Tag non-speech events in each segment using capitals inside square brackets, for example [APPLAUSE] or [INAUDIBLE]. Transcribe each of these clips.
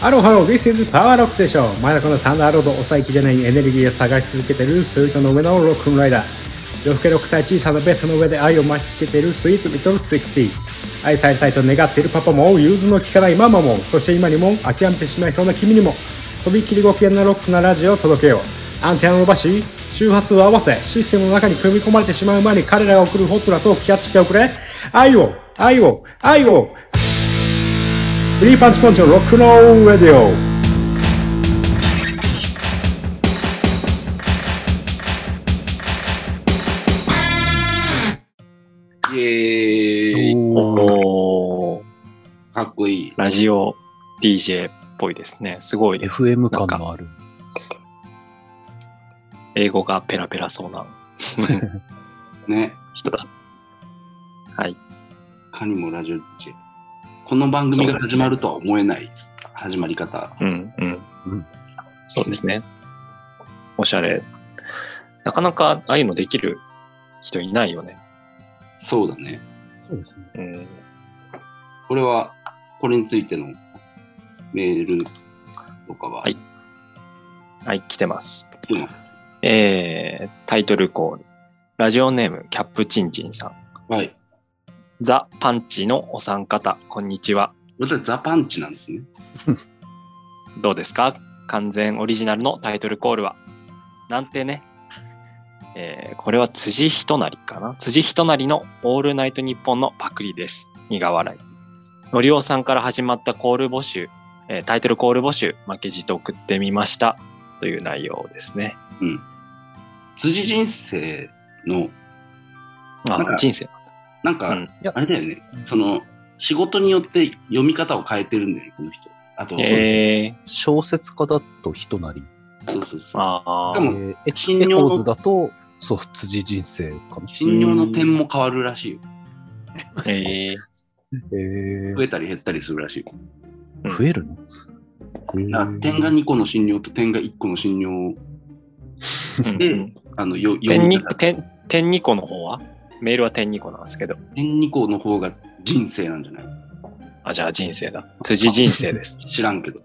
ハローハロー、This is Power Rock でしょ真中のサンダーロード、抑えきれないエネルギーを探し続けているスイートの上のロックンライダー。夜更け6歳小さなベッドの上で愛を待ち受けているスイートリトル60。愛されたいと願っているパパも、融通の利かないママも、そして今にも諦めてしまいそうな君にも、とびっきりご機嫌なロックなラジオを届けよう。アンテナを伸ばし、周波数を合わせ、システムの中に組み込まれてしまう前に彼らが送るホットなトークキャッチしておくれ。愛を、愛を、愛を、フリーパンチコンチのロックンロールレディオ。イエーイおーかっこいい。ラジオ DJ っぽいですね。すごい、 FM なんか感のある。英語がペラペラそうなね。人だ。はい。かにもラジオ DJ。この番組が始まるとは思えない始まり方。うん、うん。うんそうですね。おしゃれ。なかなかああいうのできる人いないよね。そうだね。そうですね。うん。これは、これについてのメールとかは、はいはい、来てます。来てます。えー、タイトルコール。ラジオネーム、キャップチンチンさん。はい。ザ・パンチのお三方、こんにちは。私、ザ・パンチなんですね。どうですか完全オリジナルのタイトルコールは。なんてね。えーこれは辻人なりかな辻人なりのオールナイトニッポンのパクリです。苦笑い。のりおさんから始まったコール募集、えータイトルコール募集、負けじと送ってみました。という内容ですね。うん。辻人生の、あなんか、人生。なんか、うんあれだよね。その、仕事によって読み方を変えてるんだよね、この人。あと、え小説家だと人なり。そうそうそうー、。あでえもあ、ーエ信エ用のコーズだと、そう、辻人生かな。信用の点も変わるらしいよ。えーえー増えたり減ったりするらしい。うん増えるのあ点が2個の信用と点が1個の信用をうんでうんあのよ読点みに方点点2個の方はメールは点2個なんですけど。点2個の方が人生なんじゃないあ、じゃあ人生だ。辻人生です。知らんけど。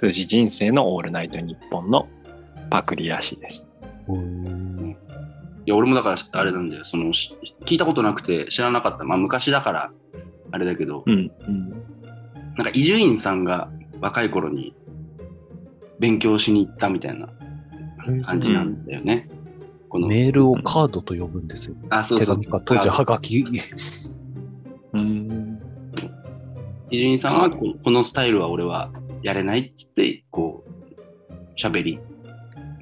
辻人生のオールナイトニッポンのパクリらしいです。うーんいや俺もだからあれなんだよそのし聞いたことなくて知らなかったまあ昔だからあれだけど、うん。うん、なんか伊集院さんが若い頃に勉強しに行ったみたいな感じなんだよね。このメールをカードと呼ぶんですよ。あそう手そう紙か、当時はがき。伊集院さんはここのスタイルは俺はやれないっつってこう喋り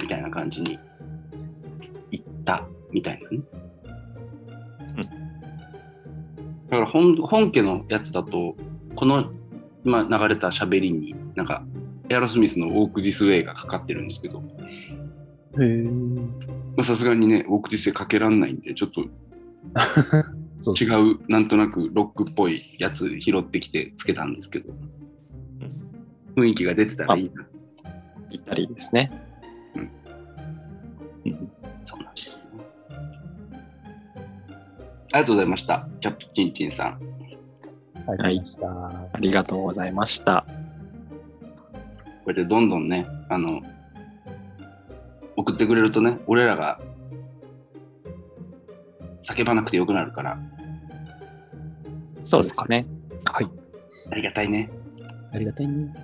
みたいな感じに行ったみたいなね。だから本本家のやつだとこの今流れた喋りになんかエアロスミスの「ウォーク・ディス・ウェイ」がかかってるんですけどへーまあさすがにねウォーク・ディス・ウェイかけらんないんでちょっとそう違うなんとなくロックっぽいやつ拾ってきてつけたんですけど雰囲気が出てたらいいなぴったりですね。うんうん。そうなんですねありがとうございました。キャプチンチンさん。ありました。はありがとうございました。これでどんどんね、あの、送ってくれるとね、俺らが叫ばなくてよくなるから、そうですね。い。ありがたいね。ありがたいね。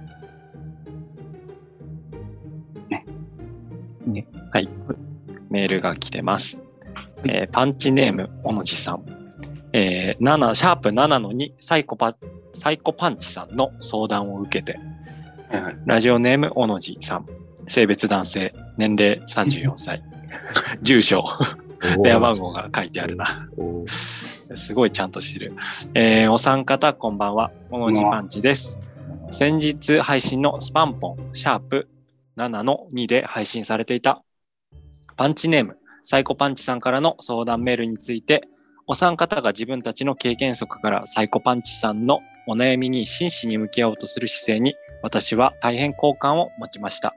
メールが来てます。えーパンチネーム、おのじさん。えー、7、シャープ7の2、サイコパ、サイコパンチさんの相談を受けて、はいはい。ラジオネーム、おのじさん。性別男性、年齢34歳。 [LAUGHS] 住所、電話番号が書いてあるな。おー。すごいちゃんとしてる。えーお三方、こんばんは。おのじパンチです。先日配信のスパンポン、シャープ7の2で配信されていた、パンチネーム、サイコパンチさんからの相談メールについて、お三方が自分たちの経験則からサイコパンチさんのお悩みに真摯に向き合おうとする姿勢に私は大変好感を持ちました。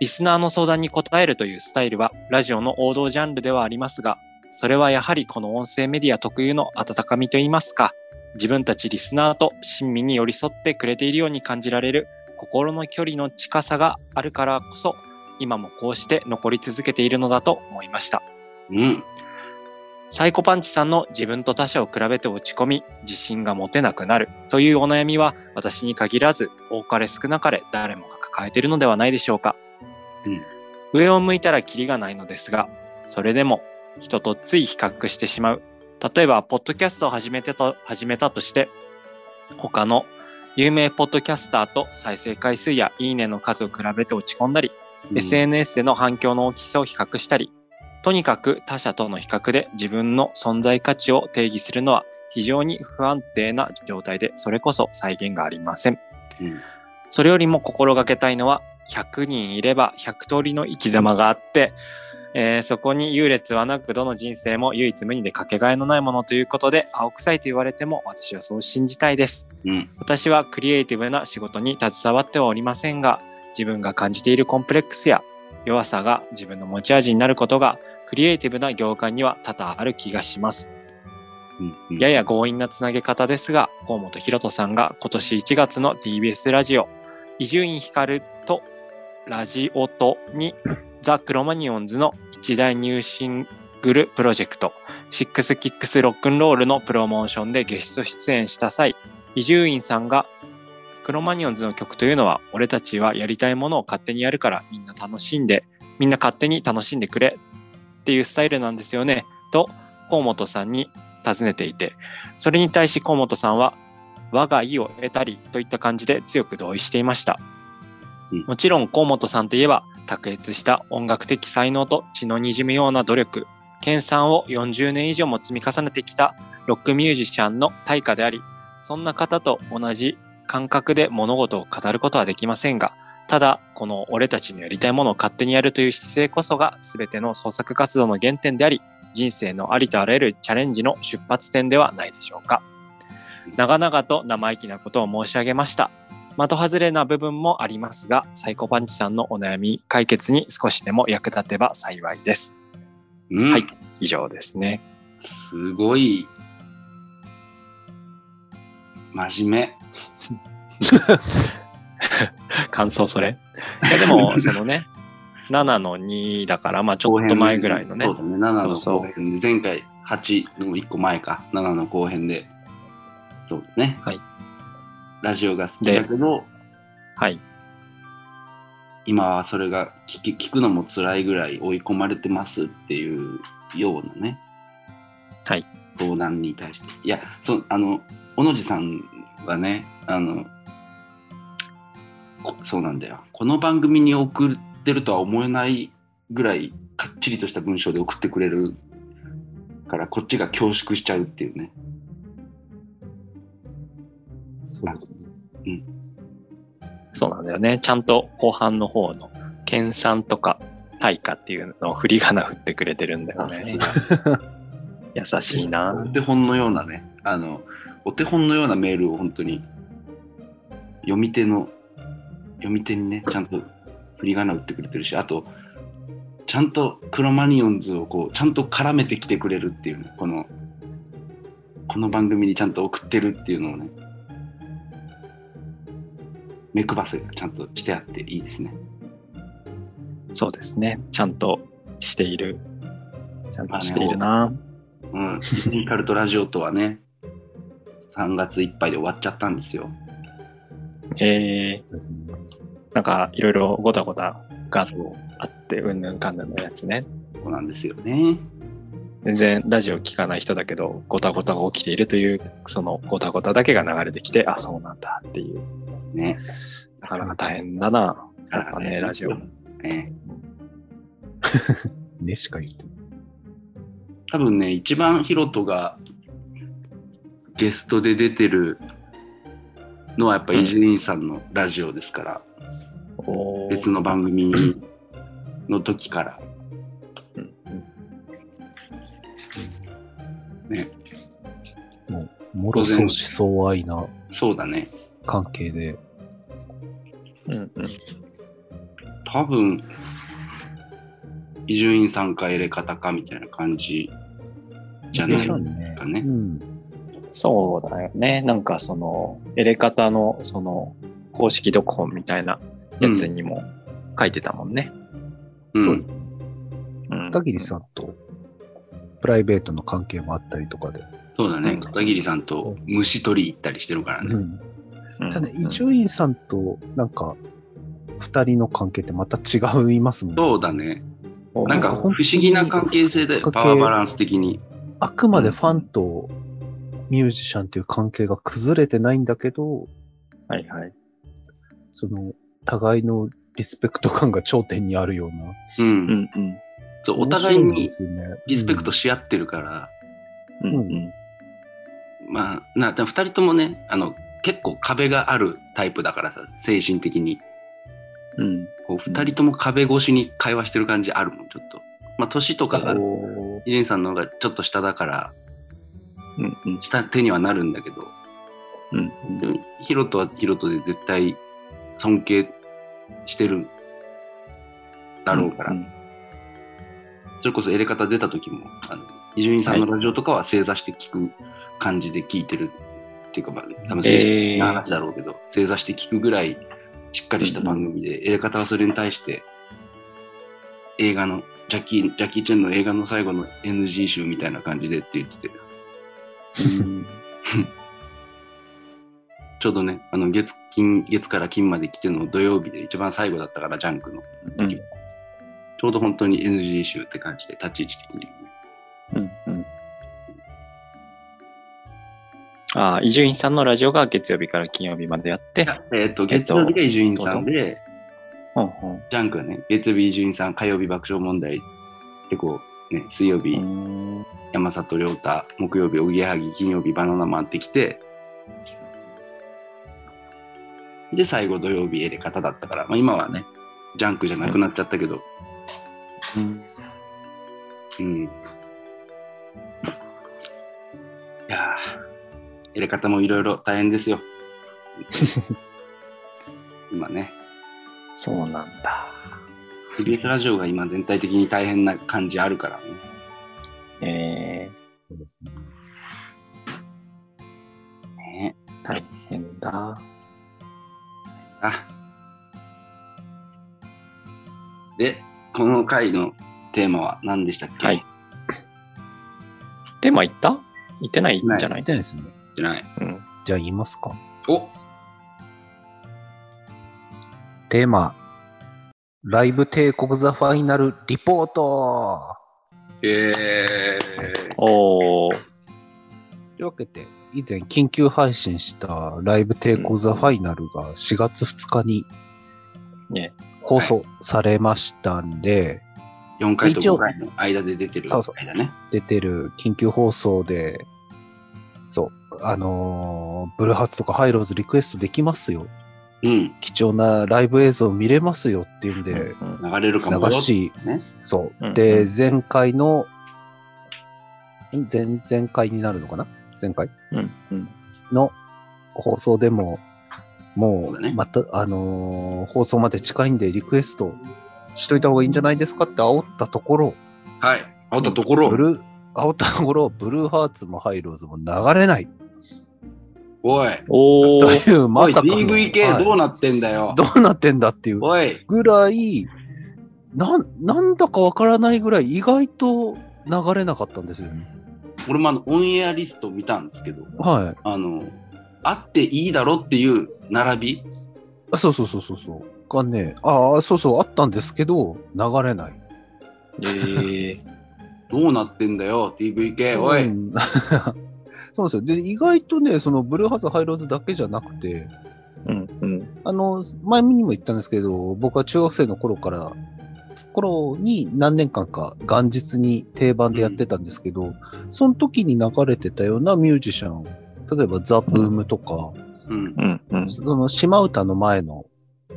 リスナーの相談に答えるというスタイルはラジオの王道ジャンルではありますが、それはやはりこの音声メディア特有の温かみといいますか、自分たちリスナーと親身に寄り添ってくれているように感じられる心の距離の近さがあるからこそ、今もこうして残り続けているのだと思いました。うん。サイコパンチさんの自分と他者を比べて落ち込み、自信が持てなくなるというお悩みは私に限らず、多かれ少なかれ誰もが抱えているのではないでしょうか。うん上を向いたらキリがないのですが、それでも人とつい比較してしまう。例えば、ポッドキャストを始めてと、始めたとして、他の有名ポッドキャスターと再生回数やいいねの数を比べて落ち込んだり、SNS での反響の大きさを比較したり、とにかく他者との比較で自分の存在価値を定義するのは非常に不安定な状態で、それこそ再現がありません。うんそれよりも心がけたいのは、100人いれば100通りの生き様があって、えーそこに優劣はなく、どの人生も唯一無二でかけがえのないものということで、青臭いと言われても私はそう信じたいです。うん。私はクリエイティブな仕事に携わってはおりませんが自分が感じているコンプレックスや弱さが自分の持ち味になることがクリエイティブな業界には多々ある気がします。うん。やや強引なつなげ方ですが河本ひろとさんが今年1月の TBS ラジオ伊集院光とラジオと [LAUGHS] にザ・クロマニオンズの一大ニューシングルプロジェクトシックスキックスロックンロールのプロモーションでゲスト出演した際伊集院さんがクロマニオンズの曲というのは俺たちはやりたいものを勝手にやるからみんな楽しんでみんな勝手に楽しんでくれっていうスタイルなんですよねと河本さんに尋ねていてそれに対し河本さんは我が意を得たりといった感じで強く同意していましたうんもちろん河本さんといえば卓越した音楽的才能と血のにじむような努力研鑽を40年以上も積み重ねてきたロックミュージシャンの対価でありそんな方と同じ感覚で物事を語ることはできませんが、ただ、この俺たちのやりたいものを勝手にやるという姿勢こそが全ての創作活動の原点であり、人生のありとあらゆるチャレンジの出発点ではないでしょうか。長々と生意気なことを申し上げました。的外れな部分もありますが、サイコパンチさんのお悩み解決に少しでも役立てば幸いです。うんはい以上ですね。すごい、真面感想それ。いやでも、そのね、7の2だから、まあち目。ょっと前ぐらいのねそ。うだね、7のそうそう後編で、前回8の1個前か、7の後編で、そうだね。はい。ラジオが好きだけど、はい。今はそれが聞き聞くのも辛いぐらい追い込まれてますっていうようなね、はい、相談に対していやそあの小野寺さんはねあのこそうなんだよこの番組に送ってるとは思えないぐらいかっちりとした文章で送ってくれるからこっちが恐縮しちゃうっていうねそうですね。そうなんだよね。ちゃんと後半の方の、研鑽とか、対価っていうのを振り仮名振ってくれてるんだよさねす。が優しいなお。手本のようなねあのお手本のようなメールを本当に読み手の読み手にねちゃんと振り仮名打ってくれてるしあとちゃんとクロマニオンズをこうちゃんと絡めてきてくれるっていうねこのこの番組にちゃんと送ってるっていうのをね目配せがちゃんとしてあっていいですね。そうですね。ちゃんとしている。ちゃんとしているな。うん、ミカルトラジオとはね3月いっぱいで終わっちゃったんですよ。えそうですねー、なんかいろいろごたごたがあって、うんぬんかんぬんのやつね。そうなんですよね。全然ラジオ聞かない人だけど、ごたごたが起きているという、そのごたごただけが流れてきて、あ、そうなんだっていう。ね。なかなか大変だな。やっぱね、ラジオ。ねねしか言ってない。多分ね、一番ヒロトがゲストで出てるのはやっぱ伊集院さんのラジオですから、おー別の番組の時からうんうんね、もう、もろ相思相愛なそうだね。関係で、うんうん。多分、伊集院さんか入れ方かみたいな感じじゃないしょうですかねう。ん。そうだよね。なんかその、エレカタのその、公式読本みたいなやつにも書いてたもんね。うんそうです。うん。片桐さんと、プライベートの関係もあったりとかで。そうだうね。ん片桐さんと虫取り行ったりしてるからね。うん。うんただね、伊集院さんと、なんか、二人の関係ってまた違いますもんね。そうだね。うんなんか不思議な関係性で関係パワーバランス的に。あくまでファンとミュージシャンっていう関係が崩れてないんだけど、はいはい。その、互いのリスペクト感が頂点にあるような。う。うんんうん。そうお互い面白んにですよねリスペクトし合ってるから、うんう。うんまあ、な、でも二人ともね、あの、結構壁があるタイプだからさ、精神的に。うん。こう二人とも壁越しに会話してる感じあるもん、ちょっと。まあ、年とかが、う伊集院さんの方がちょっと下だから、んうん下手にはなるんだけど、うんでもヒロトはヒロトで絶対尊敬してるだろうから、うんそれこそエレカタ出た時もあの伊集院さんのラジオとかは正座して聞く感じで聞いてる、っていうかまあ多分正え式なー話だろうけど、正座して聞くぐらいしっかりした番組で、エレカタはそれに対して映画のジャッキー・ジャッキー・チェンの映画の最後の NG 集みたいな感じでって言っててうんちょうどね、あの月金、月から金まで来ての土曜日で一番最後だったから、ジャンクの時も、ちょうど本当に NG 集って感じで、立ち位置的に、ね。うんうんああ、伊集院さんのラジオが月曜日から金曜日までやって、えっと、えっ月と曜日が伊集院さんで、うんうんジャンクはね、月曜日伊集院さん、火曜日爆笑問題、でこう、ね、水曜日、うん山里亮太、木曜日、おぎやはぎ、金曜日、バナナマンってきて、で、最後土曜日、エレカタだったから、まあ、今はね、ジャンクじゃなくなっちゃったけど、うん。いやー、入れ方もいろいろ大変ですよ。今ね、そうなんだ。 TBS ラジオが今全体的に大変な感じあるからね。えそうですねねー、大変だ。あで、この回のテーマは何でしたっけ、はいテーマ行った行ってないんじゃなみいたいですね。じゃない。うんじゃあ言いますか。おテーマ、ライブ帝国ザファイナルリポートえおー、というわけで、以前緊急配信したライブ帝国ザファイナルが4月2日にね。放送されましたんで、ー、4回と一応5回の間で出てるそうそう回だね。出てる緊急放送で、そう、あのーブルーハーツとかハイローズリクエストできますよ。うん、貴重なライブ映像見れますよっていうんで、うん流れるかもよ流し、ねそう。うんでう、前回の、ん前、前回になるのかな前回うんうんの放送でも、もそうだねう、また、あのー放送まで近いんでリクエストしといた方がいいんじゃないですかって煽ったところ、はい。あったところブ、ルー、煽ったところ、ブルーハーツもハイローズも流れないおい、おとー、いう、まさかの。おい DVK どうなってんだよ。どうなってんだっていうおい、ぐらい、なん、なんだかわからないぐらい意外と流れなかったんですよね。俺もあのオンエアリスト見たんですけど、はい。あの、あっていいだろっていう並び、あそうそうそうそうそう。がね、ああ、そうそう、あったんですけど、流れない。えー、どうなってんだよ、DVK、お [LAUGHS] うい。んそうなんですよ。で、意外とね、そのブルーハーツ、ハイローズだけじゃなくて、うんうんあの、前にも言ったんですけど、僕は中学生の頃から、頃に何年間か元日に定番でやってたんですけど、その時に流れてたようなミュージシャン、例えばザ・ブームとか、うんう。んうんその島唄の前の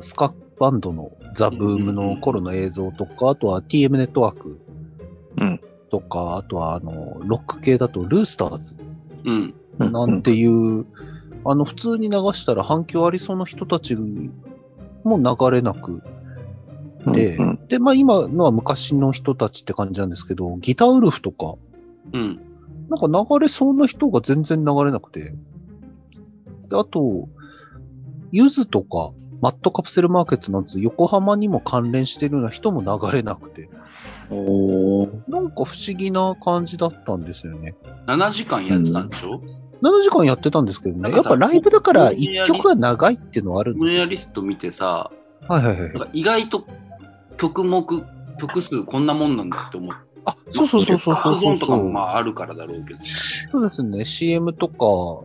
スカバンドのザ・ブームの頃の映像とか、あとは TM ネットワークうんとか、あとはあのロック系だとルースターズうん。なんていう、あの普通に流したら反響ありそうな人たちも流れなくて、うんで、まあ今のは昔の人たちって感じなんですけど、ギターウルフとか、うん。なんか流れそうな人が全然流れなくて。であと、ゆずとか、マットカプセルマーケットなんて横浜にも関連してるような人も流れなくて、おーなんか不思議な感じだったんですよね。 7時間やってたんでしょ、 7時間やってたんですけどなね、んやかっさぱライブだかオらンエア1曲が長いっていうのはあるんオでンエすアよ。リスト見てさ、はいはいはいなん。か意外と曲目、曲数こんなもんなんだって思って。あ、そうそうそうそうそうカそーうゾーンとかもまああるからだろうけど。そうですね、CM とか、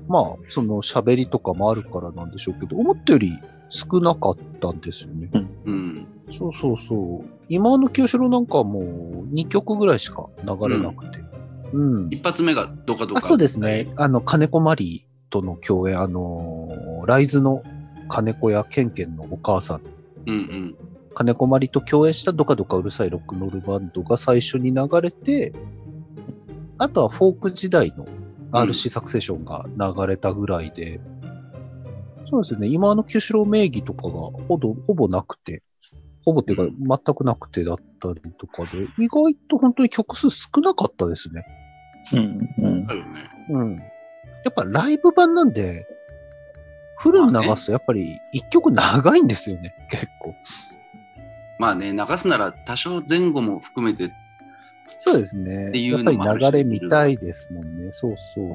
まあ、その喋りとかもあるからなんでしょうけど、思ったより少なかったんですよね。うん。そうそうそう。今の清志郎なんかはもう2曲ぐらいしか流れなくて。うん。一発目がどかどか。あそうですね。。あの、金子マリーとの共演、あのーライズの金子やケンケンのお母さん、うん金子マリーと共演したドカドカうるさいロックノールバンドが最初に流れて、あとはフォーク時代の RC サクセションが流れたぐらいで、そうですね。今の清志郎名義とかがほどほぼなくて、ほぼっていううか全くなくてだったりとかで、意外と本当に曲数少なかったですね。うんうんうん。あるよね。うん。やっぱライブ版なんで、フルに流すとやっぱり一曲長いんですよね、結構。まあね、流すなら多少前後も含めて、そうですねてい。やうっのぱもあるしり流れ見たいですもんね。そうそう。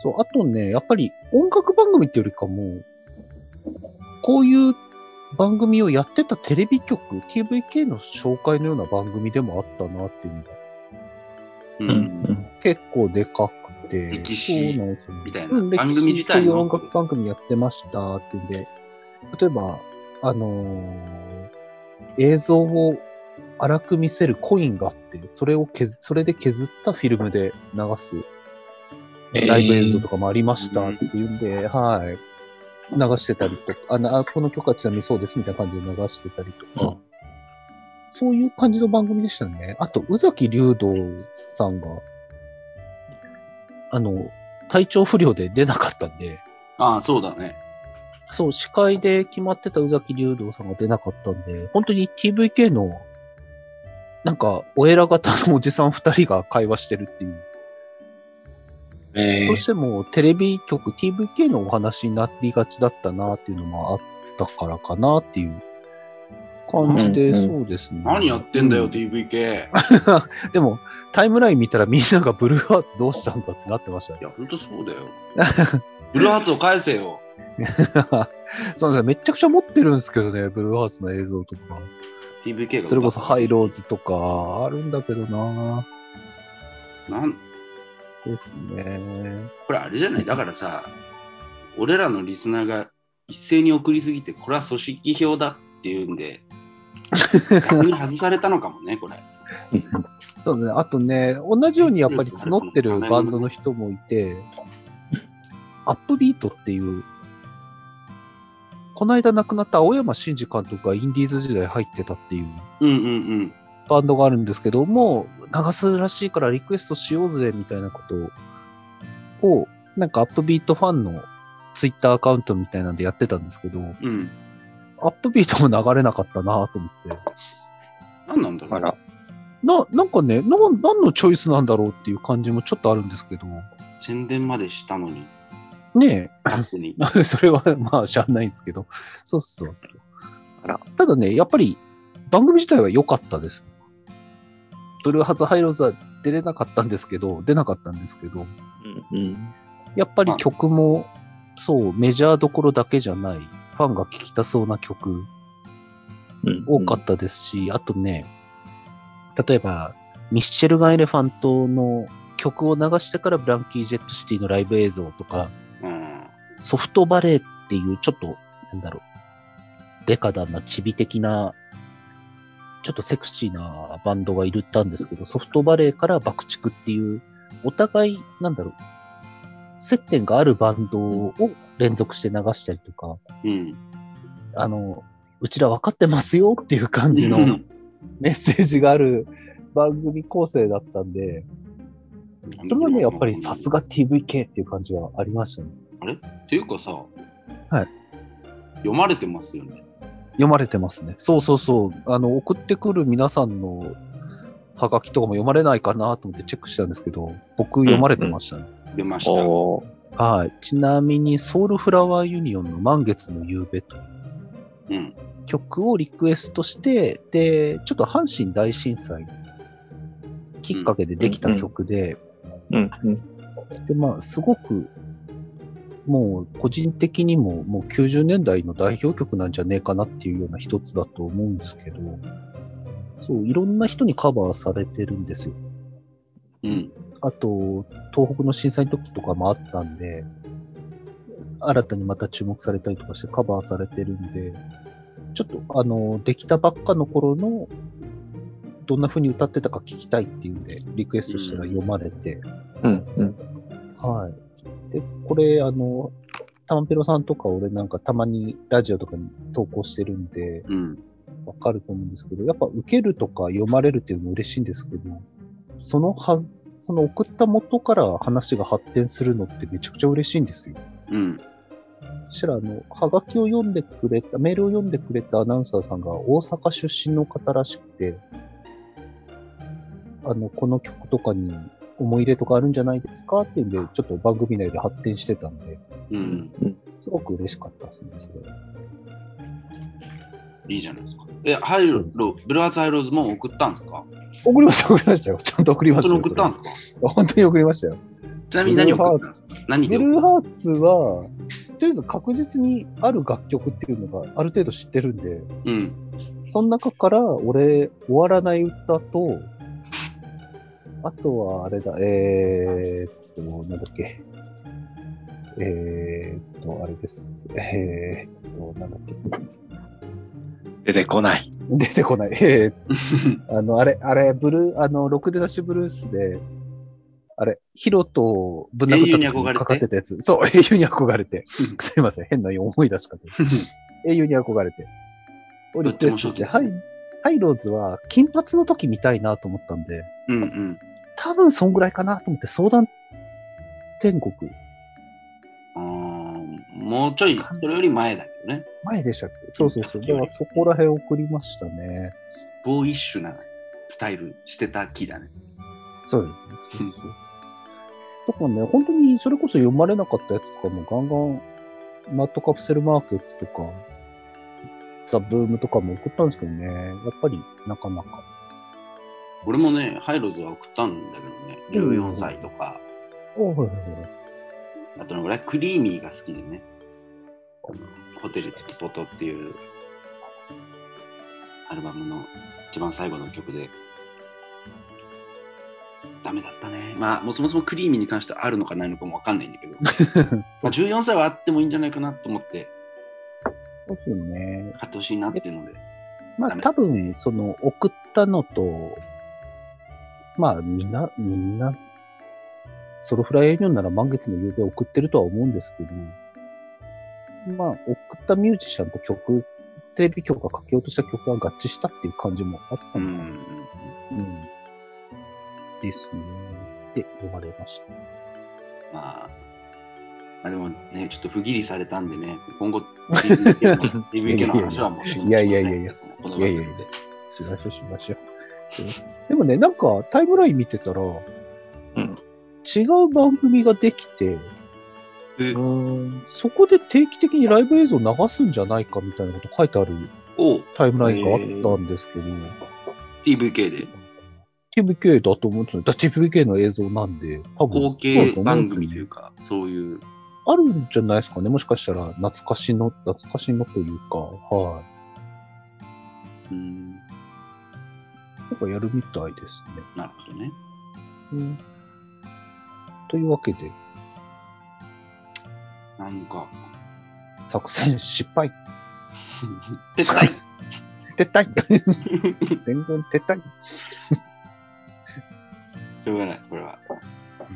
そう、あとね、やっぱり音楽番組ってよりかも、こういう番組をやってたテレビ局、TVK の紹介のような番組でもあったなっていうのがう。うんん結構でかくて。歴史そうなんですよみたいなうん、歴番組自史と体いうの音楽番組やってましたっていうんで、例えば、あのー映像を荒く見せるコインがあって、それを削、それで削ったフィルムで流すライブ映像とかもありましたっていうんで、はい。流してたりとか、あなあこの曲はちなみにそうですみたいな感じで流してたりとか、うんそういう感じの番組でしたね。あと、宇崎竜道さんが、あの、体調不良で出なかったんで、ああ、そうだね。そう、司会で決まってた宇崎竜道さんが出なかったんで、本当に TVK の、なんか、お偉方のおじさん二人が会話してるっていう。えどうーしてもテレビ局、TVK のお話になりがちだったなっていうのもあったからかなっていう感じで、うんうんそうですね。何やってんだよ、う TVK。いでも、タイムライン見たらみんながブルーハーツどうしたんだってなってましたね。 [LAUGHS] や、ほんとそうだよ。ブルーハーツを返せよ。そうですね。めちゃくちゃ持ってるんですけどね、ブルーハーツの映像とか。 TVK が。それこそハイローズとかあるんだけどななんですね。これあれじゃないだからさ、俺らのリスナーが一斉に送りすぎて、これは組織票だっていうん [LAUGHS] で、逆に外されたのかもね、これ。そうですね。あとね、同じようにやっぱり募ってるバンドの人もいて、アップビートっていう、この間亡くなった青山真司監督がインディーズ時代入ってたっていううんうんバンドがあるんですけども、流すらしいからリクエストしようぜみたいなことを、なんかアップビートファンのツイッターアカウントみたいなんでやってたんですけど、うん。うん。アップビートも流れなかったなと思って。何なんだろあう。ら、な、なんかね、な、何のチョイスなんだろうっていう感じもちょっとあるんですけど、宣伝までしたの [LAUGHS] に、ね勝手に。え、 [LAUGHS] それはまあ、しゃあないんですけど、そうそうそうあら。ただね、やっぱり番組自体は良かったです。ブルーハーツハイローズは出れなかったんですけど、出なかったんですけど、うんやっぱり曲も、そう、メジャーどころだけじゃない、ファンが聴きたそうな曲うん、多かったですし、あとね、例えば、ミッシェルガン・エレファントの曲を流してからブランキー・ジェット・シティのライブ映像とか、うん。ソフトバレーっていうちょっと、なんだろう、デカダンなチビ的な、ちょっとセクシーなバンドがいるったんですけど、ソフトバレーから爆竹っていう、お互い、なんだろう、接点があるバンドを連続して流したりとか、うん。あの、うちら分かってますよっていう感じうのんメッセージがある番組構成だったんで、それはね、やっぱりさすが TVK っていう感じはありましたね。っていうかさ、はい読まれてますよね。読まれてますね。そうそうそう。あの、送ってくる皆さんのハガキとかも読まれないかなと思ってチェックしたんですけど、僕読まれてましたね。出ました。おーはい。ちなみに、ソウルフラワーユニオンの満月の夕べとうん。曲をリクエストして、で、ちょっと阪神大震災きっかけでできた曲で、うんうんで、まあ、すごく、もう個人的にももう90年代の代表曲なんじゃねえかなっていうような一つだと思うんですけど、そう、いろんな人にカバーされてるんですよ。うん。あと、東北の震災の時とかもあったんで、新たにまた注目されたりとかしてカバーされてるんで、ちょっとあの、できたばっかの頃の、どんな風に歌ってたか聞きたいっていうんで、リクエストしたら読まれて、うんうんはい。で、これ、あの、たまぺろさんとか俺なんかたまにラジオとかに投稿してるんで、うん。わかると思うんですけど、やっぱ受けるとか読まれるっていうのも嬉しいんですけど、そのは、その送った元から話が発展するのってめちゃくちゃ嬉しいんですよ。うん。そしたら、あの、はがきを読んでくれた、メールを読んでくれたアナウンサーさんが大阪出身の方らしくて、あの、この曲とかに思い入れとかあるんじゃないですかっていうんで、ちょっと番組内で発展してたんで、うん。すごく嬉しかったですね、それは。いいじゃないですか。え、ハイロ、ブルーアーツハイローズもう送ったんですか送りました、送りましたよ。ちゃんと送りましそたれよ。送ったんすですか本当に送りましたよ。ちなみに何送ったんですか何ブで送ルっーたハーツは、とりあえず確実にある楽曲っていうのがある程度知ってるんで、うん。その中から俺、終わらない歌と、あとはあれだ、えー、っと、なんだっけ。えー、っと、あれです。えー、っと、なんだっけ。出てこない。出て [LAUGHS] こない。えー、あの、あれ、あれ、ブルー、あの、ろくでなしブルースで、あれ、ヒロとぶん殴った時にかかってたやつ。そう、英雄に憧れて。すいません、変な思い出し方。英雄に憧れて。をリクエストして、どっハちもイハイローズは金髪の時見たいなと思ったんで、 [LAUGHS] うんうん。多分そんぐらいかなと思って相談天国、あーもうちょい、それより前だけどね。前でしたっけそうそうそう。だからそこら辺送りましたね。ボーイッシュなスタイルしてた木だね。そうです。そうそう。だからね、本当にそれこそ読まれなかったやつとかもガンガン、マットカプセルマーケットとか、ザ・ブームとかも送ったんですけどね、やっぱりなかなか。俺もね、ハイローズは送ったんだけどね、14歳とか、おうあとね、俺はクリーミーが好きでね、あのホテルティポトっていうアルバムの一番最後の曲で、ダメだったね。まあ、もうそもそもクリーミーに関してはあるのかないのかもわかんないんだ [LAUGHS] けど、まあ、14歳はあってもいいんじゃないかなと思って、そうですよね。買ってほしいなっていうので、まダあメ多分、その送ったのと、まあみんな、みんな、ソロフライエニョンなら満月の夕べ送ってるとは思うんですけど、まあ送ったミュージシャンと曲、テレビ局が書き落とした曲が合致したっていう感じもあったうのかん、な、うん、ですね。で、呼ばれました。まあ、まあでもね、ちょっと不義理されたんでね、今後、DVK の DVK の話はもうしませんいやいやいやいや、このいやいやいやしましょうしましょう。でもね、なんかタイムライン見てたら、ん違う番組ができて、うーんそこで定期的にライブ映像流すんじゃないかみたいなこと書いてあるをタイムラインがあったんですけど、 DVK で TVK だと思うんですよ。だ TVK の映像なんで、多分。後継番組というか、そういう、あるんじゃないですかね。もしかしたら、懐かしの、懐かしのというか、はうん、い。なんかやるみたいですね。なるほどね。うん、というわけで、なんか、作戦失敗。撤退撤退 [LAUGHS] 全軍撤退しょうがない、これは。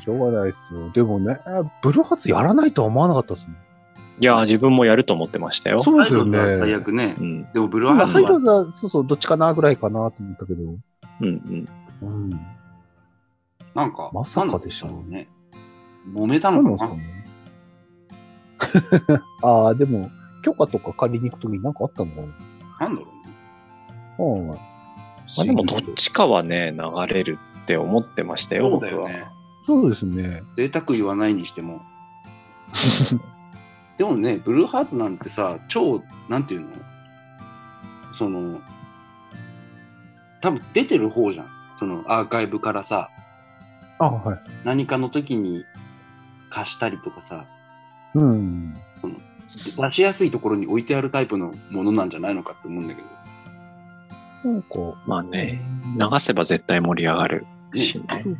しょうがないですよ。でもね、ブルーハーツやらないとは思わなかったですね。いやー自分もやると思ってましたよ。そうですよハイローね。ズは最悪ねう。んでも、ブルーハまあ、ーハイツロはーズは、そうそう、どっちかなぐらいかなと思ったけど、うんうんうん。なんか、まさかでしたねなんだろうね。揉めたそうなんのですかかなね。 [LAUGHS] ああ、でも、許可とか借りに行くときに何かあったのかななんだろうね。うん。まあ、でもどっちかはね、流れるって思ってましたよ、そう僕だよは。ね。そうですね。贅沢言わないにして [LAUGHS] も。でもね、ブルーハーツなんてさ、超、なんていうのその、多分出てる方じゃん。そのアーカイブからさ、あはい。何かの時に貸したりとかさ、うん。出しやすいところに置いてあるタイプのものなんじゃないのかって思うんだけど。なんか、 [LAUGHS] まあね、流せば絶対盛り上がるしね。そう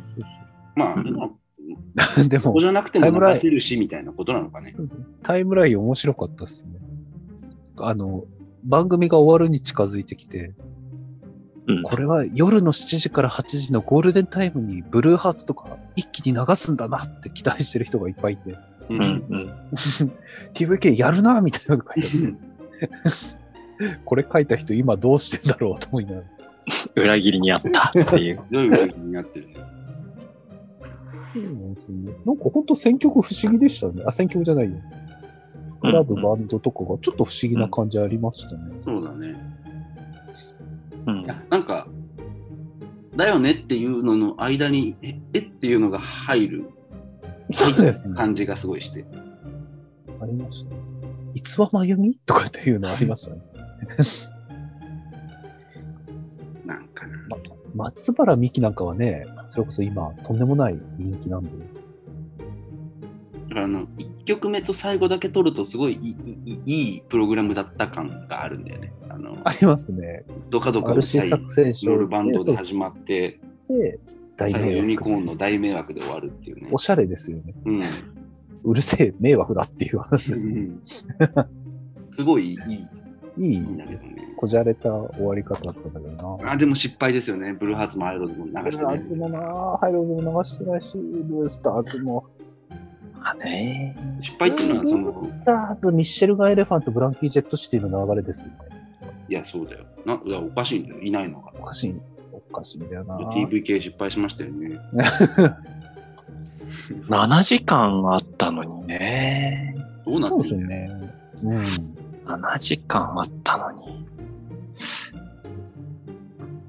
まあ、うんこそうそう。でもこ、じゃなくてタイムもライン流せるしみたいなことなのかね。タイムライン面白かったっすね。あの、番組が終わるに近づいてきて、うんこれは夜の7時から8時のゴールデンタイムにブルーハーツとか一気に流すんだなって期待してる人がいっぱいいて、ううん [LAUGHS] ん。うん。 TVK やるなみたいなのが書いてある。これ書いた人今どうしてんだろうと思いながら。裏切りにあったっていう。どういう感じになってるね。そうなんですねなんかほんと選曲不思議でしたね。あ、選曲じゃないよ。クラブ、バンドとかがちょっと不思議な感じありましたね。そうだね。うんいやなんか、だよねっていうのの間に、ええっていうのが入るそうですね。感じがすごいして。ありましたね。いつはまゆみとかっていうのありましたね。なんかな。ま松原美希なんかはね、それこそ今、とんでもない人気なんで。だからあの、1曲目と最後だけ取ると、すごいいいいいいいプログラムだった感があるんだよね。あの、ありますね。どかどかうるさ RC い作戦ロー賞ルバンドでで始まって、大最後ユ迷ニコー惑。ンの大迷惑で終わるっていうねお。しゃれですよね。 [LAUGHS] うん。うるせえ迷惑だっていう話ですうね。んすごいいいいいいいんだですけよど。ね。こじゃれた終わり方だったんだけどな。あでも失敗ですよね。ブルーハーツもアイローズも流あれしてね。もな、ハイローズも流してないし、ルースターズも。まあね。失敗っていうのはそルの、ースターズ、ミッシェルガ・エレファント、ブランキー・ジェット・シティの流れですよね。いや、そうだよ。なだからおかしいんだよ。いないのが。おかしい、おかしいんだよな。 TVK 失敗しましたよね。 7時間あったのにね。どうなっそうてでんすだよね。うん。 7時間あったのに。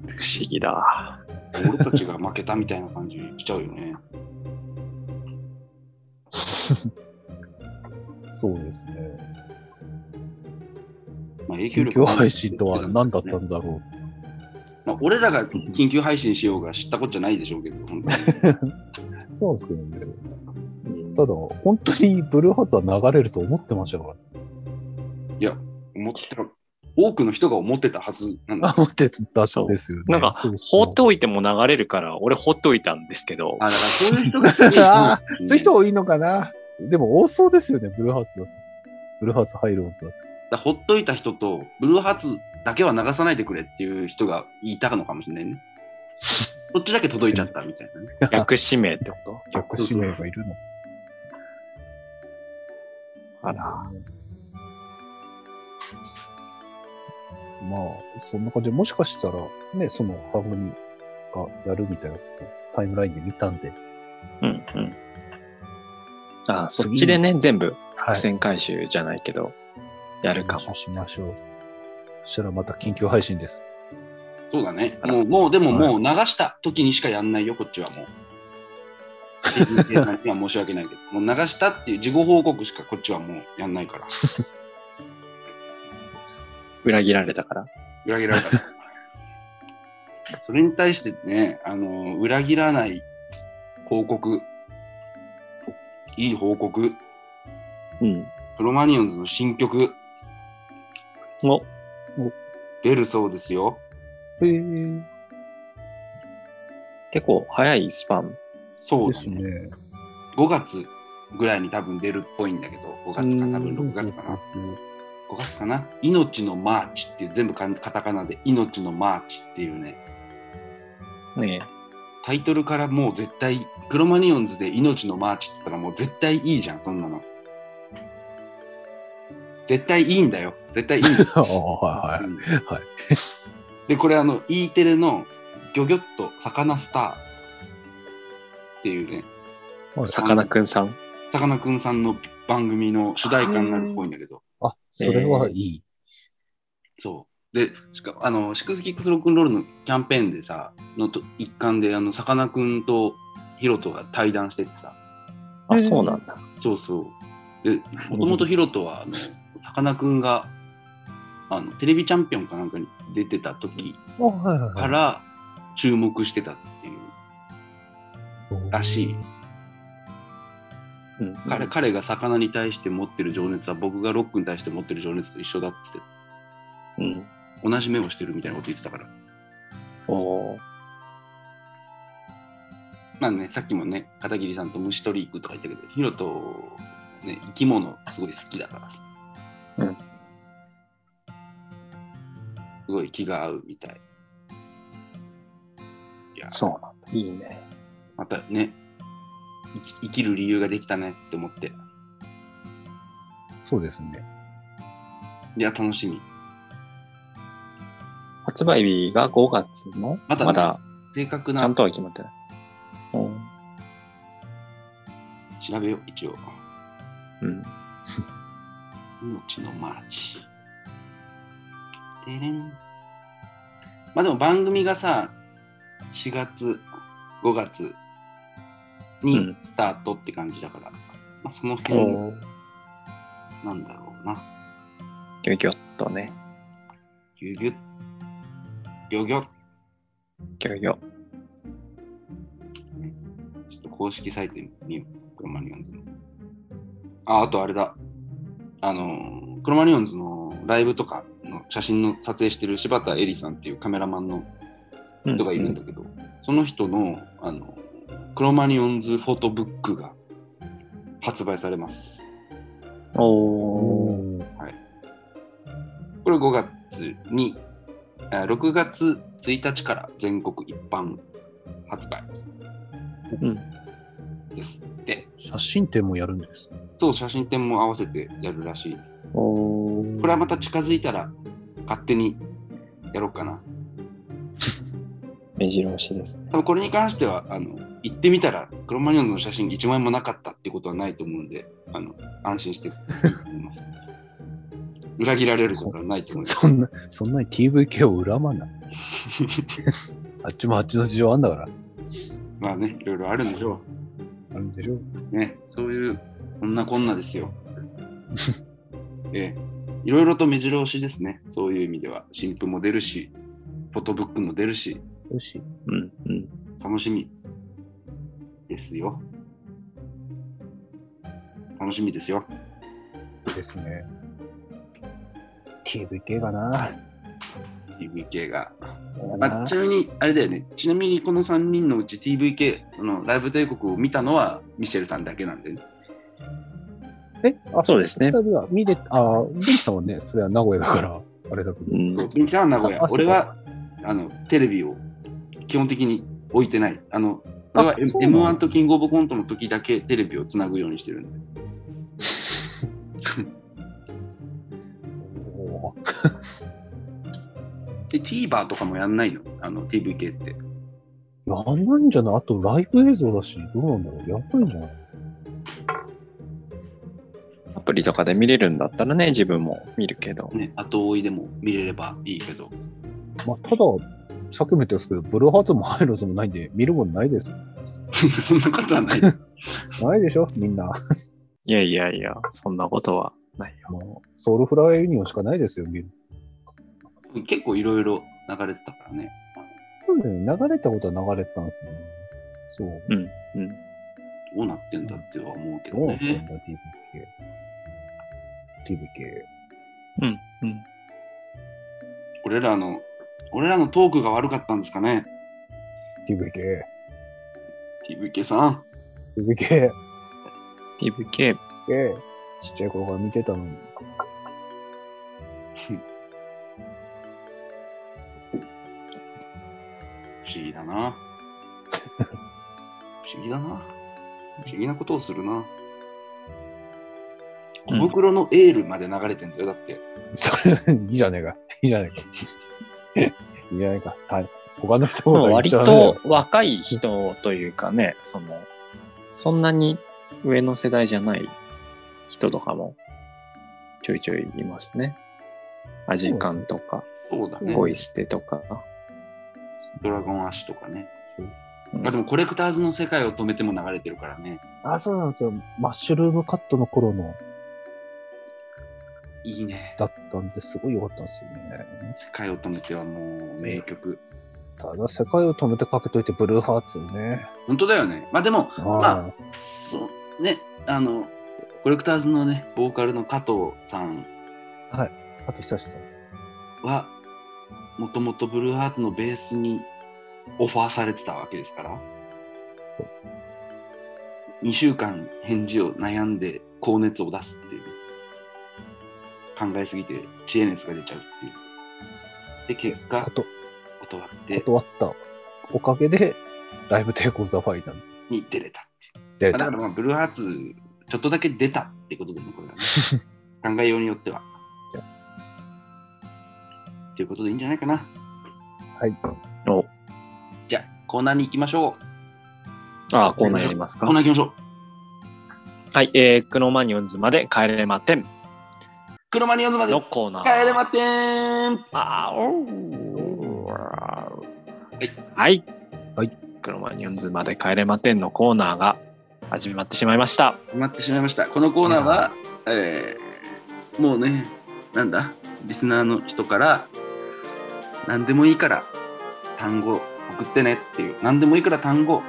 不思議だ。俺たちが負けたみたいな感じしちゃうよね。そうですね。まあ、影響緊力急配信とは何だったんだろう。まあ、俺らが緊急配信しようが知ったことじゃないでしょうけど、本当にそうですけどね。ただ、本当にブルーハーツは流れると思ってましたから。いや、思ってた。多くの人が思ってたはずなんだあ、。 [LAUGHS] 思ってたんですよね。なんかそうそ放うっておいても流れるから、俺放っておいたんですけど、あだからそういう人がすごい [LAUGHS] ああ、そういう人だか多いのかな。でも多そうですよね、ブルーハーツだと。ブルーハーツ、ハイローズだと。らほっといた人と、ブルーハーツだけは流さないでくれっていう人がいたのかもしれない [LAUGHS] ね。そっちだけ届いちゃったみたいなね。逆指名ってこと逆指名がいるの。あら。まあ、そんな感じで、もしかしたら、ね、その番組がやるみたいなことタイムラインで見たんで、うんうん。あそっちでね、全部、は伏線回収じゃないけど、やるかも。しましょう。そしたらまた緊急配信です。そうだね。あらもう、もうでももう流した時にしかやんないよ、こっちはもう。いや申し訳ないけど、もう流したっていう事後報告しかこっちはもうやんないから。裏切られたから。裏切られたから。 [LAUGHS] それに対してね、あのー裏切らない報告、いい報告、うん。プロマニオンズの新曲お、出るそうですよ。へえ。結構早いスパン。そうでだすね。ね。 5月ぐらいに多分出るっぽいんだけど、5月か多分6月かな。5月かな「命のマーチ」っていう全部カカタカナで「命のマーチ」っていうねねタイトルからもう絶対クロマニオンズで「命のマーチ」って言ったらもう絶対いいじゃんそんなの絶対いいんだ [LAUGHS] よ絶対いいんだよああ、はいはい。でこれあの E テレのギョギョッと魚スターっていうね、さかなクンさん。さかなクンさんの番組の主題歌になるっぽいんだけど、あ、それはいい。そう。で、しかあの、シックスキックスロックンロールのキャンペーンでさ、のと一環で、あの、さかなクンとヒロトが対談しててさ、あ、そうなんだ。そうそう。で、もともとヒロトは、あの、さかなクンが、あの、テレビチャンピオンかなんかに出てた時あはいはいはいから注目してたっていうらしい。うん彼彼が魚に対して持ってる情熱は僕がロックに対して持ってる情熱と一緒だっつってうん。同じ目をしてるみたいなこと言ってたからおーなんでねさっきもね片桐さんと虫取り行くとか言ったけどヒロと、ね、生き物すごい好きだからさ、うんすごい気が合うみたいいやそうなんだ。いいね。またね生き生きる理由ができたねって思ってそうですね。いや楽しみ発売日が5月のまだねまだ正確ちなゃんとは決まってない。うん調べよう一応うん。命のマーチ。でれん。まあでも番組がさ、4月、5月うにんスタートって感じだから、まあその辺おーなんだろうな。ギョギョッとね。ぎゅぎゅっ。ぎょぎょっ。ギョギョ。ちょっと公式サイトに見よう。クロマニオンズの。あ、あとあれだ。あの、クロマニオンズのライブとかの写真の撮影してる柴田恵里さんっていうカメラマンのうん人がいるんだけど、その人のあのクロマニオンズフォトブックが発売されます。おーこれ5月に、あ6月1日から全国一般発売うんです。で、写真展もやるんです。と写真展も合わせてやるらしいです。おーこれはまた近づいたら勝手にやろうかな。目白押しですね。多分これに関してはあの行ってみたらクロマニオンズの写真1枚もなかったってことはないと思うんであの安心していいと思います [LAUGHS] 裏切られることはないと思いまそすそんな、そんなに TVK を [LAUGHS] 恨まない。あっちもあっちの事情あんだから。まあねいろいろあるんでしょあるんでしょうねそういうこんなこんなです [LAUGHS] よええいろいろと目白押しですねそういう意味では新譜も出るしフォトブックも出るしよし。うんうん。楽しみですよ楽しみですよですね。TVK かな。 TVK がまあ、ちなみに、あれだよね、ちなみにこの3人のうち TVK、そのライブ帝国を見たのはミシェルさんだけなんで、ね、えあ、そうですね二人は見れ、あ、ブンさんはね、それは名古屋だから、あれだけど。うんそうミキさんは名古あ屋あ、そう俺はあのテレビを基本的に置いてない。あの俺はあ M- そうなん M1 とキングオブコントの時だけテレビをつなぐようにしてるんで、おーで TVer とかもやんないの、あの TVK って。やんないんじゃないあとライブ映像だし、どうなんだろうやんないんじゃないアプリとかで見れるんだったらね、自分も見るけど。ね、後追いでも見れればいいけど、 [LAUGHS] まあ、ただ、さっきも言ったんですけど、ブルーハーツもハイローズもないんで、見るもんないです。そんなことはない。 [LAUGHS] ないでしょみんな。いやいやいや、そんなことはないよ。もうソウルフライユニオンしかないですよ、見る。結構いろいろ流れてたからね。そうだよね、流れたことは流れてたんですよね。そう。うんうん。どうなってんだっては思うけどどうなんだ、ね。 TVK。TVK。うんうん。俺らの、俺らのトークが悪かったんですかね。 TVK。 TVK さん。 TVK。 TVK、 TVK。ちっちゃい頃から見てたのに。 [LAUGHS] 不思議だな。不思議だな。不思議なことをするな。う小ん袋のエールまで流れてんだよ。だって、 [LAUGHS] それ、いいじゃねえか。いいじゃねえか。いいじゃねえか。た他の人ももう言っ割ちゃうねと若い人というかね、その、そんなに上の世代じゃない人とかもちょいちょいいますね。アジカンとか、そうだね。ゴイステとか。ドラゴンアッシュとかね。うんまあでもコレクターズの世界を止めても流れてるからね。あ、そうなんですよ。マッシュルームカットの頃のいいね。だったんですごい良かったんですよね。世界を止めてはもう名曲。ただ、世界を止めてかけといて、ブルーハーツよね。本当だよね。まあでも、ああ、そうね、あの、コレクターズのね、ボーカルの加藤さんあと久しさん。は、もともとブルーハーツのベースにオファーされてたわけですから、そうですね。 2週間返事を悩んで高熱を出すっていう。考えすぎて知恵熱が出ちゃうっていう。で、結果あ、と、断って、断ったおかげで、ライブテイクオーザファイナルに出れた。出まあれだたから。まあブルーハーツ、ちょっとだけ出たってことでもこれはね。考えようによっては。っていうことでいいんじゃないかな。はい。おじゃあ、コーナーに行きましょああ、コーナーやりますう。かコー。ナー行きましょう。はい、えー、クロマニオンズまで帰れまてん黒マニオンズまでのコーナー。帰れまってーん。あーおーはい。はい。クロマニオンズまで帰れまてんのコーナーが始まってしまいました。止まってしまいました。このコーナーは、えーもうね、なんだ、リスナーの人から、何でもいいから単語送ってねっていう、何でもいいから単語、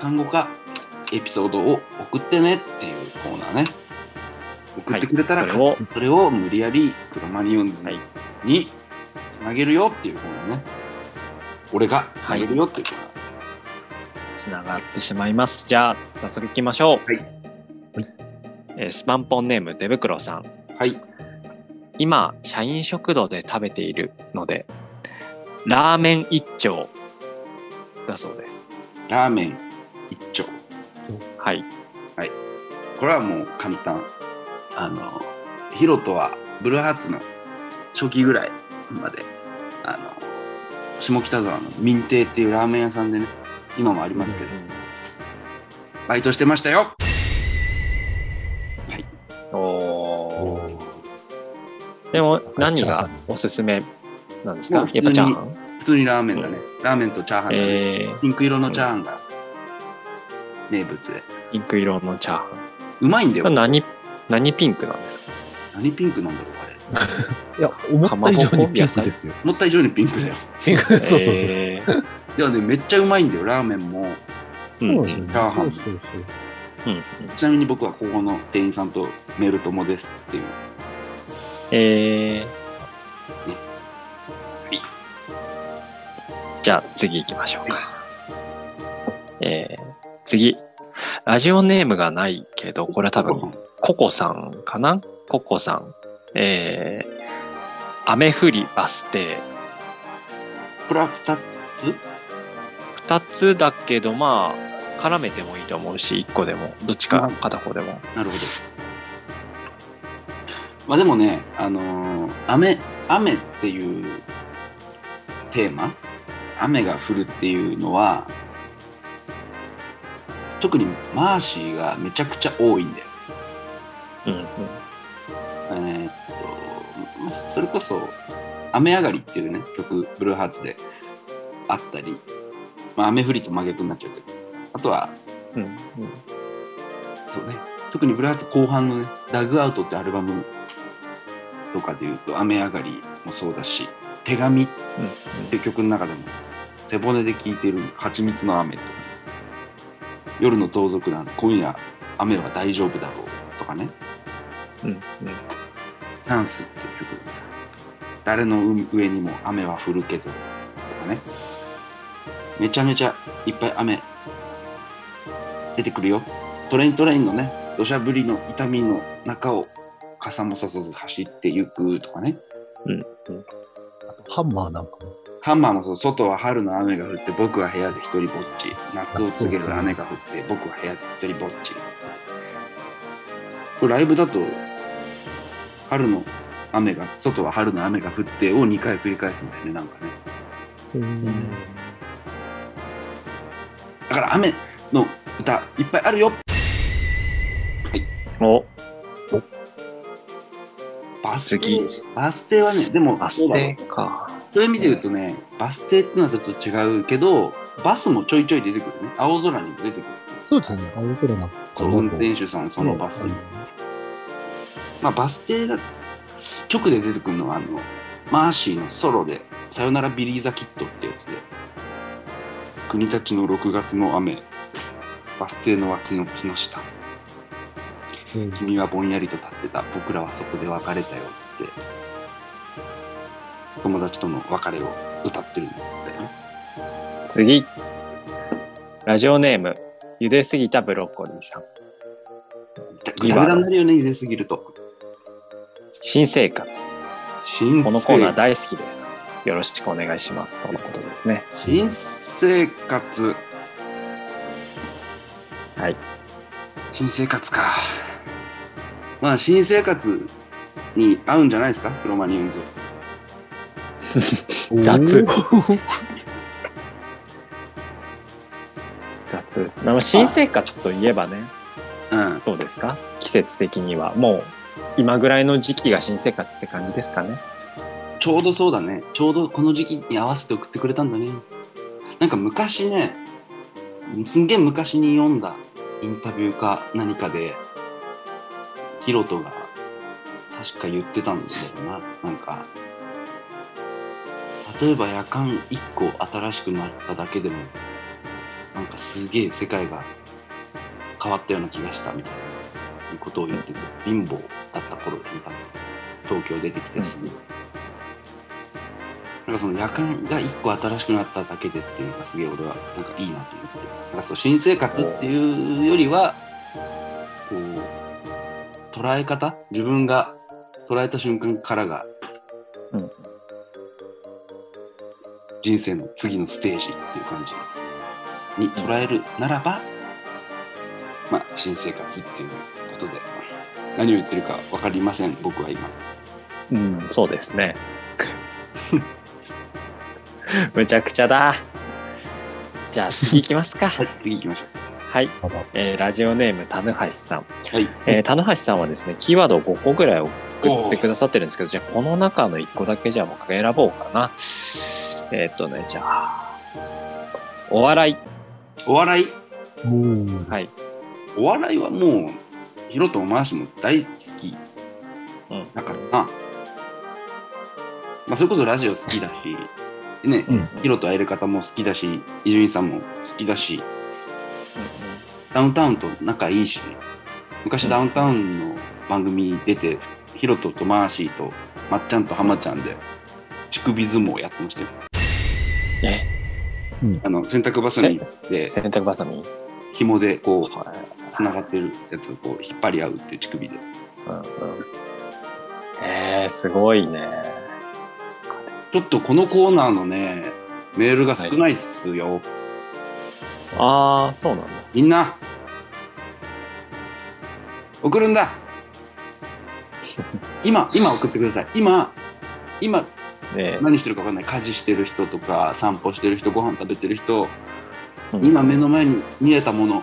単語かエピソードを送ってねっていうコーナーね。送ってくれたら、はいそそれれをを無理やりクロマニオンズはいにつなげるよっていうコーナーね。俺がつなげるよっていうコーナー。つながってしまいます。じゃあ、早速行きましょう。はいえースパンポンネーム、デブクロさん。はい。今、社員食堂で食べているので、ラーメン一丁だそうです。ラーメン一丁。はい。これはもう簡単あのヒロトはブルーハーツの初期ぐらいまであの下北沢の民亭っていうラーメン屋さんでね今もありますけど、バイトしてましたよおーでも、何がおすすめなんですかまあやっぱチャーハン普通にラーメンだね、ラーメンとチャーハンだね、えー、ピンク色のチャーハンが名物でピンク色のチャーハン。うまいんだよこれ何、何ピンクなんですか何ピンクなんだろうあれいや、思った以上にピンクですよ。思った以上にピンクだ [LAUGHS] よピンク、 [LAUGHS] そうそうそうそう。えーでもねめっちゃうまいんだよラーメンもうそんううですよんねチャーハそンうそうそう。うんちなみに僕はここの店員さんとメール友ですっていうえーじゃあ次行きましょうか。えー次。ラジオネームがないけど、これは多分、ココさんかなココさん。えー、雨降りバス停。これは2つ二つだけど、まあ、絡めてもいいと思うし、一個でも、どっちか片方でも。なるほど。まあでもね、あのー雨、雨っていうテーマ、雨が降るっていうのは、特にマーシーがめちゃくちゃ多いんだよ。うんうん。えーっと、まあそれこそ、雨上がりっていうね、曲、ブルーハーツであったり、まあ雨降りと真逆になっちゃうけど、あとは、うんうんそうね。特にブルーハーツ後半のね、ダグアウトってアルバムとかで言うと、雨上がりもそうだし、手紙っうんていう曲の中でも、背骨で聴いてる蜂蜜の雨とか、夜の盗賊団、今夜雨は大丈夫だろうとかね、うんうんチャンスっていう曲でさ、誰の上にも雨は降るけどとかね、めちゃめちゃいっぱい雨出てくるよ。トレイントレインのね、土砂降りの痛みの中を傘もささず走ってゆくとかね。あとハンマーなんかも。ハンマーもそう、外は春の雨が降って僕は部屋で一人ぼっち。夏を告げる雨が降って僕は部屋で一人ぼっち。これライブだと、春の雨が、外は春の雨が降ってを2回繰り返すんだよね、なんかね。嗯うんから雨の歌いっぱいあるよお、バス次停。バス停はね、でも、バそスうだ停か。そういう意味で言うとね、バス停ってのはちょっと違うけど、バスもちょいちょい出てくるね。青空にも出てくる。そうですね。青空なんかそう運転手さん、そのバス。うんまあ、バス停が直で出てくるのは、あの、マーシーのソロで、さよならビリーザキットってやつで、国立の6月の雨、バス停の脇の木の下、うん君はぼんやりと立ってた、僕らはそこで別れたよ、つって、友達との別れを歌ってるんだよね。次。ラジオネーム、茹ですぎたブロッコリーさん。グダグダになるよね、茹ですぎると。新生活。新このコーナー生大好きです。よろしくお願いします。とのことですね。新生活。はい。新生活か。まあ、新生活に合うんじゃないですか、クロマニヨンズ。雑。雑。あの新生活といえばね、うん。どうですか季節的には。もう、今ぐらいの時期が新生活って感じですかね。ちょうどそうだね。ちょうどこの時期に合わせて送ってくれたんだね。なんか昔ね、すんげえ昔に読んだインタビューか何かで、ヒロトが確か言ってたんだよな。なんか、例えば夜間1個新しくなっただけでも、なんかすげえ世界が変わったような気がしたみたいなことを言ってて、貧乏だった頃だったんだ東京出てきてすぐ。なんかその夜間が一個新しくなっただけでっていうのがすげえ俺はなんかいいなと思って。なんかそう新生活っていうよりは、こう、捉え方自分が捉えた瞬間からが、うん人生の次のステージっていう感じに捉えるならば、まあ、新生活っていうことで、何を言ってるか分かりません、僕は今。うん、そうですね。 [LAUGHS] むちゃくちゃだ。じゃあ次行きますか。はい、次行きましょはい、えーラジオネーム、たぬはしさん。う。はい。えー、たぬはしさんはですね、キーワードを5個ぐらい送ってくださってるんですけど、じゃあこの中の1個だけじゃあ僕が選ぼうかな。えーっとね、じゃあ、お笑い。お笑いうんはい。お笑いはもうヒロとマーシも大好きうんだからな、まあ、それこそラジオ好きだし、ねうんヒロと会える方も好きだし伊集院さんも好きだしダウンタウンと仲いいし昔ダウンタウンの番組に出てヒロととマーシーとまっちゃんとハマちゃんで乳首相撲やってましたよえあの洗濯バサミで洗濯バサミ。紐でこうはいつながってるやつをこう引っ張り合うっていう乳首でうんうん、えー、すごいね。ちょっとこのコーナーのね、メールが少ないっすよ。あー、そうなんだ。みんな、送るん [LAUGHS] だ今、今送ってください。今、今、ね何してるか分かんない。家事してる人とか、散歩してる人、ご飯食べてる人、うん今目の前に見えたもの、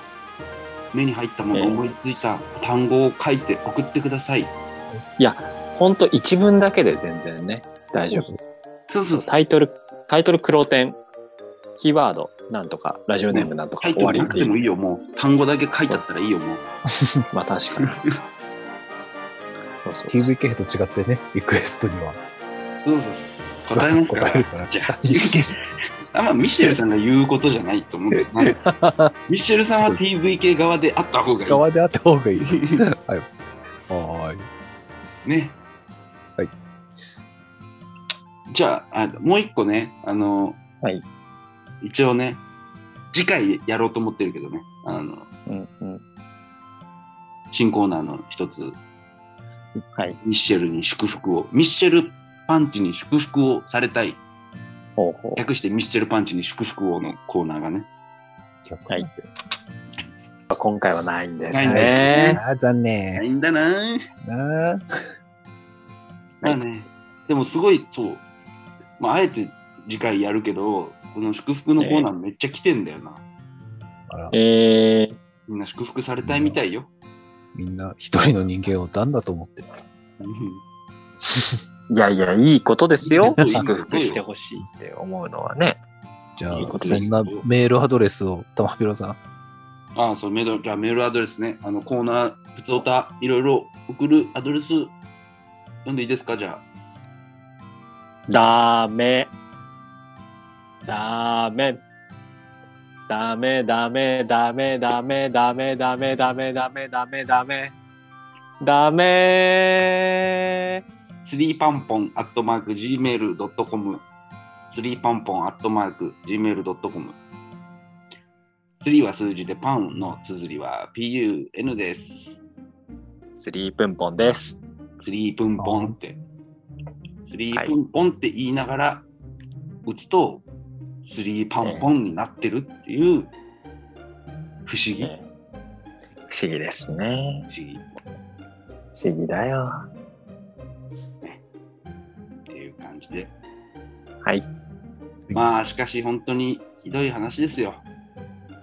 目に入ったもええの、思いついた単語を書いて送ってください。ほんと一文だけで全然ね、大丈夫。そうそう。タイトル、タイトル黒点、キーワード、なんとか、ラジオネームなんと書か、い終てわりなくてもいいよ、ってもう。単語だけ書いてあったらいいよ、もう。う。まあ確かに。そうそう TVK と違ってね、リクエストにはそうそうそう。答えますから答え。るから。じゃあ、あんまミシェルさんが言うことじゃないと思うんだよ [LAUGHS] な。ミシェルさんは TVK 側であった方がいい。側であった方 [LAUGHS] がいい。はい。はーい。ね。はい。じゃあ、あもう一個ね、あの、はい一応ね、次回やろうと思ってるけどね、あの、うんうん。新コーナーの一つ、はい。ミッシェルに祝福を、ミッシェルパンチに祝福をされたい、ほうほう。略してミッシェルパンチに祝福をのコーナーがね、逆はい今回はないんですないんだね。あー残な念。いんだなぁ。なーまあね、でもすごい、そう、まあ、あえて次回やるけど、この祝福のコーナーめっちゃ来てんだよな。から、えー、みんな祝福されたいみたいよ。みんな一人の人間を残だと思ってる。うんいやいや、いいことですよ。 [LAUGHS] いいこと祝福してほしいって思うのはね。じゃあいいことそですんなメールアドレスを、玉広さん。ああ、そう、メール、じゃあメールアドレスね。あの、コーナー、普通おた、いろいろ送るアドレス、読んでいいですかじゃあ。ダメ。ダメ。ダメダメダメダメダメダメダメダメダメダメダメスリーパンポンアットマーク Gmail.com。スリーパンポンアットマーク Gmail.com。スリーは数字で、パンの綴りは PUN です。スリープンポンです。スリープンポンって。スリープンポンって言いながら打つと、スリーパンポンになってるっていう不思議。不えー不思議ですね。思議っ不思議だよ。ていう感じで。はい。まあ、しかし本当にひどい話ですよ。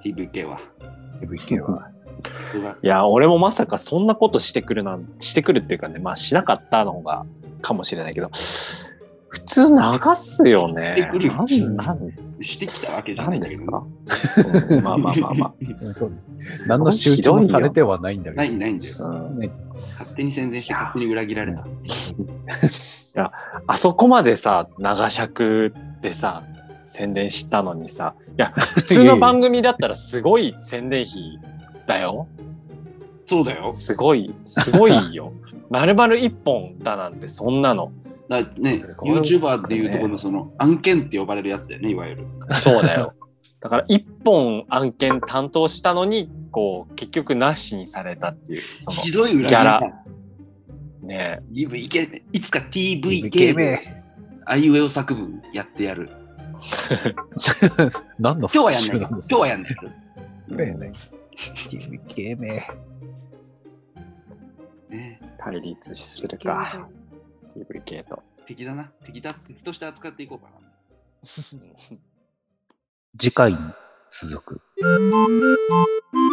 日ぶけは。 FK は。僕がいや、俺もまさかそんなことしてくるなん、してくるっていうかね、まあしなかったのが、かもしれないけど、普通流すよしてね。くるなん、なん、してきたわけじゃなないんんだけですど、 [LAUGHS] か、うんまあまあまあまそうねあ。 [LAUGHS] 何の集中もされる。てはないんだけど。ないないんだよ。うん勝手に宣伝して勝手に裏切られた。あそこまでさ、長尺でさ、宣伝したのにさ、いや、普通の番組だったらすごい宣伝費だよ。そうだよ。すごい、すご [LAUGHS] いよ。丸々一本だなんて、そんなの。だね、すごい YouTuber っていうところのその案件って呼ばれるやつだよね、いわゆる。そうだよ。だから一本案件担当したのに、こう、結局なしにされたっていう、そのひ、どい裏切りギャだラ。ね TVK いつか TVK TVK でめ。あいうえお作文やってやる。何今の日はやんない。なん今です日かはやんない。今日はやんない。TVK め。ね、対立するか。TVK と。敵だな。敵だ。敵として扱っていこうかな。次回に続く。 「